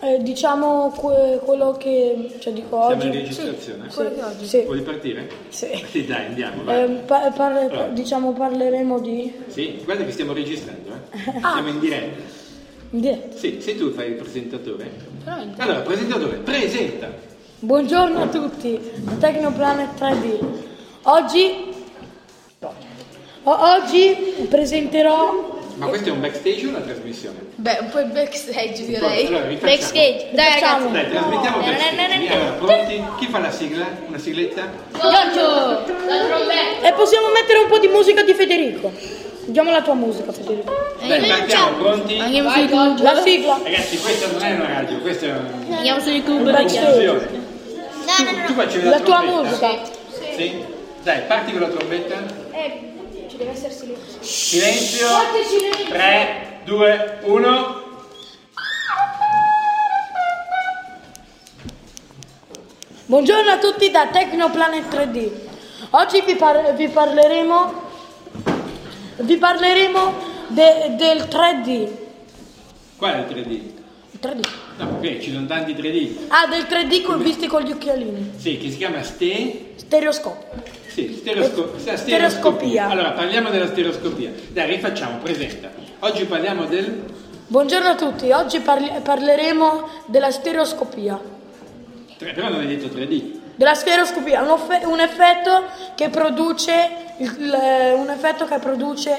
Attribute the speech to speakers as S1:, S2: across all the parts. S1: Eh, diciamo que- quello che cioè, dico
S2: Siamo in
S1: oggi.
S2: registrazione?
S1: Sì,
S3: che oggi.
S1: sì,
S2: Vuoi partire?
S1: sì.
S2: Sì, dai, andiamo, vai.
S4: Ehm.
S1: Eh, par- par-
S2: Allora.
S1: diciamo parleremo di...
S2: Sì, guarda che stiamo registrando, eh.
S4: Ah.
S2: Siamo in diretta.
S1: di-
S2: Sì, sei tu che fai il presentatore.
S3: Veramente?
S2: Allora, presentatore, presenta.
S1: Buongiorno a tutti, da Technoplanet 3D. Oggi... o- oggi presenterò...
S2: Ma questo è un backstage o una trasmissione?
S3: Beh, un po' in backstage direi.
S2: Allora, rifacciamo.
S4: Backstage, dai
S1: Facciamo.
S4: ragazzi.
S2: Dai, trasmettiamo
S4: No.
S2: backstage. Allora, pronti? Chi fa la sigla? Una sigletta?
S4: Giorgio, la trombetta.
S1: E possiamo mettere un po' di musica di Federico. Diamo la tua musica, Federico.
S4: Eh,
S2: Dai, partiamo, pronti?
S3: Andiamo su YouTube.
S1: La sigla.
S2: Ragazzi, questa non è una radio, questa è una
S3: Andiamo su
S1: Il
S3: YouTube.
S1: backstage.
S2: confusione.
S4: No, no,
S2: Tu
S4: no.
S2: facci la,
S1: La tua
S2: trombetta?
S1: musica.
S2: Sì? Dai, parti con la trombetta.
S4: Eh, ci deve essere silenzio.
S2: Silenzio. 3, 2, 1.
S1: Buongiorno a tutti da Technoplanet 3D. Oggi vi, par- vi parleremo, vi parleremo de- del 3D.
S2: Qual è il 3D?
S1: Il 3D.
S2: No, ok, ci sono tanti 3D.
S1: Ah, del 3D con- visti con gli occhialini.
S2: Sì, che si chiama ste...
S1: Stereoscopio.
S2: Sì, stereosco-
S1: Eh,
S2: sta-
S1: stereoscopia.
S2: Allora, parliamo della stereoscopia. Dai, rifacciamo, presenta. Oggi parliamo del
S1: Buongiorno a tutti, oggi parli- parleremo della stereoscopia.
S2: tre- però non hai detto 3D.
S1: Della stereoscopia, un, offe- un effetto che produce, il- il- un effetto che produce,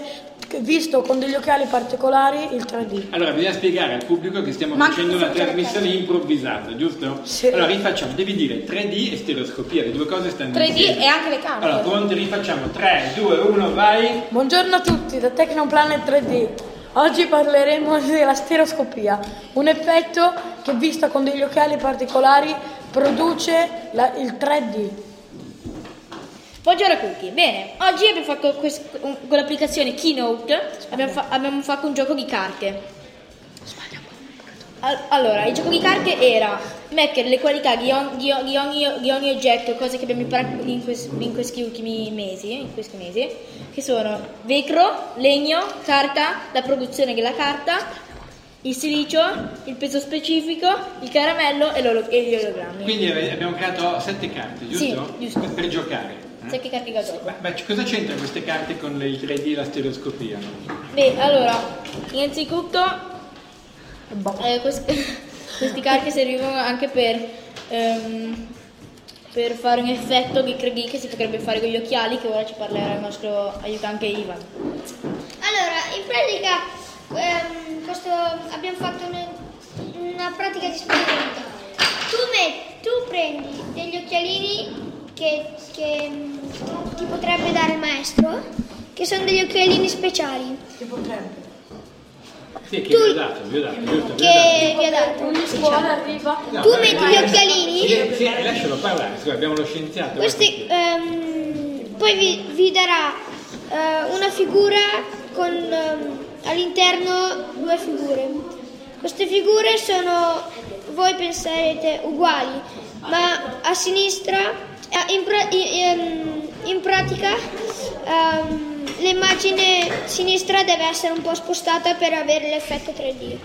S1: che visto con degli occhiali particolari, il 3D.
S2: Allora, bisogna spiegare al pubblico che stiamo
S1: Ma
S2: facendo una
S1: cosa c'è
S2: trasmissione improvvisata, giusto?
S1: Sì.
S2: Allora, rifacciamo, devi dire 3D e stereoscopia, le due cose stanno
S4: 3D
S2: insieme.
S4: e anche le carte.
S2: Allora, pronti, rifacciamo. 3, 2, 1, vai.
S1: Buongiorno a tutti da Technoplanet 3D. Oggi parleremo della stereoscopia, un effetto che visto con degli occhiali particolari produce la- il 3D.
S4: Buongiorno a tutti. Bene, oggi abbiamo fatto quest- un- con l'applicazione Keynote abbiamo, fa- abbiamo fatto un gioco di carte. Al- Allora, il gioco di carte era mettere le qualità di, on- di o- di ogni, di ogni oggetto, cose che abbiamo imparato in, quest- in questi ultimi mesi, in questi mesi, che sono vetro, legno, carta, la produzione della carta, il silicio, il peso specifico, il caramello e, l'olo- e gli ologrammi.
S2: Quindi eh, abbiamo creato sette carte, giusto?
S4: Sì, giusto.
S2: Per, per giocare. eh?
S4: Sai che carte che ho giocato?
S2: Ma, ma c- cosa c'entra queste carte con il 3D e la stereoscopia?
S4: Beh, allora, innanzitutto
S1: Boh.
S4: eh, quest- questi carichi servivano anche per, ehm, per fare un effetto che credi che si potrebbe fare con gli occhiali, che ora ci parlerà il nostro aiutante Ivan.
S5: Allora, in pratica ehm, questo- abbiamo fatto un- una pratica di esperimento. Tu, met- tu prendi degli occhialini che, che, mm, ti potrebbe dare il maestro, che sono degli occhialini speciali
S2: Sì, che
S5: Tu-
S2: vi ho dato, vi ho dato, giusto? Vi ho dato.
S5: che vi ha dato.
S1: Ogni scuola arriva.
S2: No,
S5: Tu
S2: ma-
S5: metti
S2: ma-
S5: gli occhialini?
S2: Sì, sì, lascialo parlare, scusa, abbiamo lo scienziato.
S5: Questi, ehm, poi vi, vi darà eh, una figura con ehm, all'interno due figure. Queste figure sono, voi penserete, uguali, ma a sinistra, eh, in, pra- i- ehm, in pratica, ehm, l'immagine sinistra deve essere un po' spostata per avere l'effetto 3D.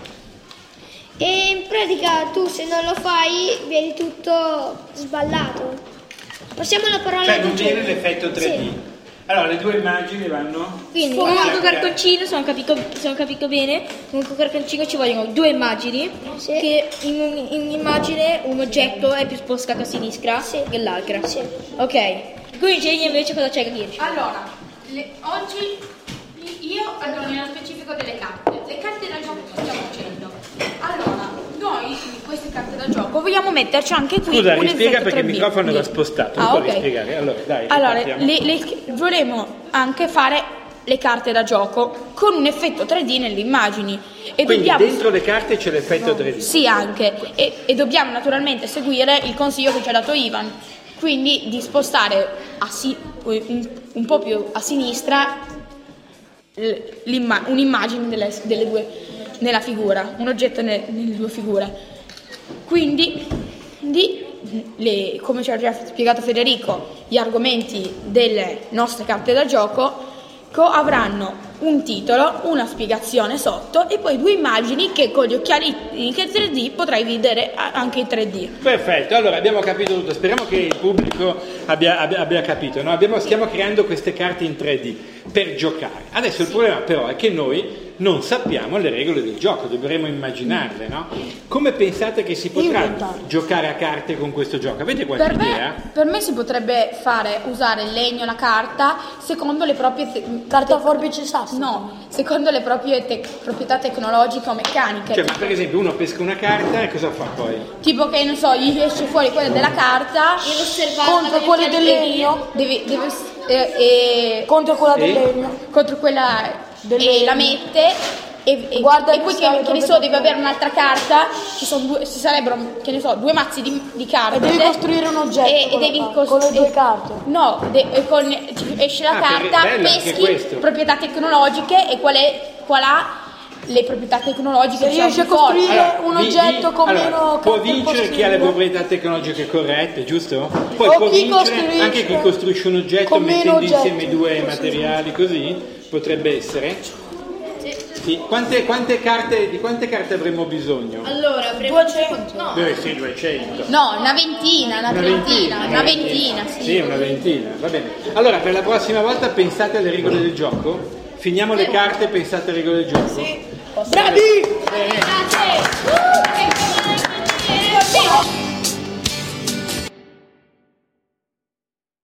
S5: E in pratica tu se non lo fai vieni tutto sballato. Passiamo alla parola
S2: Cioè,
S5: di
S2: non viene
S5: Giulio.
S2: l'effetto 3D.
S5: Sì.
S2: Allora, le due immagini vanno...
S4: Quindi con un cartoncino, se ho capito, se ho capito bene, con un cartoncino ci vogliono due immagini,
S5: Sì.
S4: che in, un- in un'immagine un oggetto è più spostato a sinistra che l'altra.
S5: Sì.
S4: Ok, quindi Jenny invece cosa c'è da dirci?
S6: Allora, le- oggi io, allora, nello specifico delle carte, le carte da gioco che stiamo facendo. Allora, noi in queste carte da gioco vogliamo metterci anche qui un effetto 3D.
S2: l'ho spostato,
S6: Ah, ok.
S2: Allora, dai,
S6: Allora, le, le- vorremmo anche fare le carte da gioco con un effetto 3D nelle immagini. E dobbiamo...
S2: le carte c'è l'effetto 3D.
S6: Sì, anche. E, e dobbiamo naturalmente seguire il consiglio che ci ha dato Ivan, quindi di spostare a si- un, un po' più a sinistra l- l'imma- un'immagine delle, delle due nella figura, un oggetto ne- nelle due figure. Quindi, di- le- come ci ha già spiegato Federico, gli argomenti delle nostre carte da gioco co- avranno un titolo, una spiegazione sotto e poi due immagini che con gli occhiali in 3D potrai vedere a- anche in 3D.
S2: Perfetto, allora abbiamo capito tutto, speriamo che il pubblico abbia, abbia- abbia capito, no? Abbiamo- stiamo creando queste carte in 3D per giocare. Adesso il problema però è che noi non sappiamo le regole del gioco, dovremo immaginarle, no? Come pensate che si potrà
S1: Inventare.
S2: giocare a carte con questo gioco? Avete qualche
S6: Per
S2: idea?
S6: me, per me si potrebbe fare usare il legno, la carta, secondo le proprie te-
S1: Carta forbice sassi.
S6: no, secondo le proprie te- proprietà tecnologiche o meccaniche.
S2: Cioè, ma per esempio uno pesca una carta e cosa fa poi?
S6: Tipo che non so, gli esce fuori quella della carta
S4: Devo osservare
S1: Contro
S4: magari
S1: quelle
S4: il
S1: del legno.
S6: deve, deve eh, eh,
S1: Contro quella del
S2: Sì.
S1: legno.
S6: contro quella
S1: Del
S6: e la mette e, e-
S1: Guarda
S6: e
S1: che
S6: poi
S1: sta
S6: che, che ne so
S1: proprio-
S6: deve avere un'altra carta ci, sono due, ci sarebbero che ne so due mazzi di, di carte
S1: E devi costruire un oggetto
S6: e, e
S1: con la
S6: devi
S1: carta,
S6: cos-
S1: con le due
S6: e-
S1: carte.
S6: no de- e con- ci- esce la
S2: Ah, per-
S6: carta
S2: bello anche questo.
S6: peschi proprietà tecnologiche e qual è qual ha le proprietà tecnologiche
S1: Se
S6: diciamo,
S1: riesci a
S6: più forti.
S1: costruire- un
S2: vi-
S1: oggetto
S2: vi-
S1: con
S2: allora,
S1: meno
S2: può
S1: carte
S2: vincere chi
S1: possibile.
S2: ha le proprietà tecnologiche corrette, giusto? Poi
S1: O
S2: può
S1: chi
S2: vincere
S1: costruisce
S2: anche chi costruisce un oggetto
S1: con meno
S2: mettendo
S1: oggetti.
S2: insieme due materiali, così potrebbe essere. Sì. Quante, quante carte, di quante carte avremmo bisogno?
S4: Allora, avremo
S1: 200.
S4: No,
S2: Beh, sì, 200.
S6: no una ventina una, trentina una ventina, sì.
S2: Sì, una ventina, va bene. Allora, per la prossima volta pensate alle regole del gioco. Finiamo le carte, pensate alle regole del gioco.
S1: Bravi!
S4: grazie. Uh, che domani, che piacere.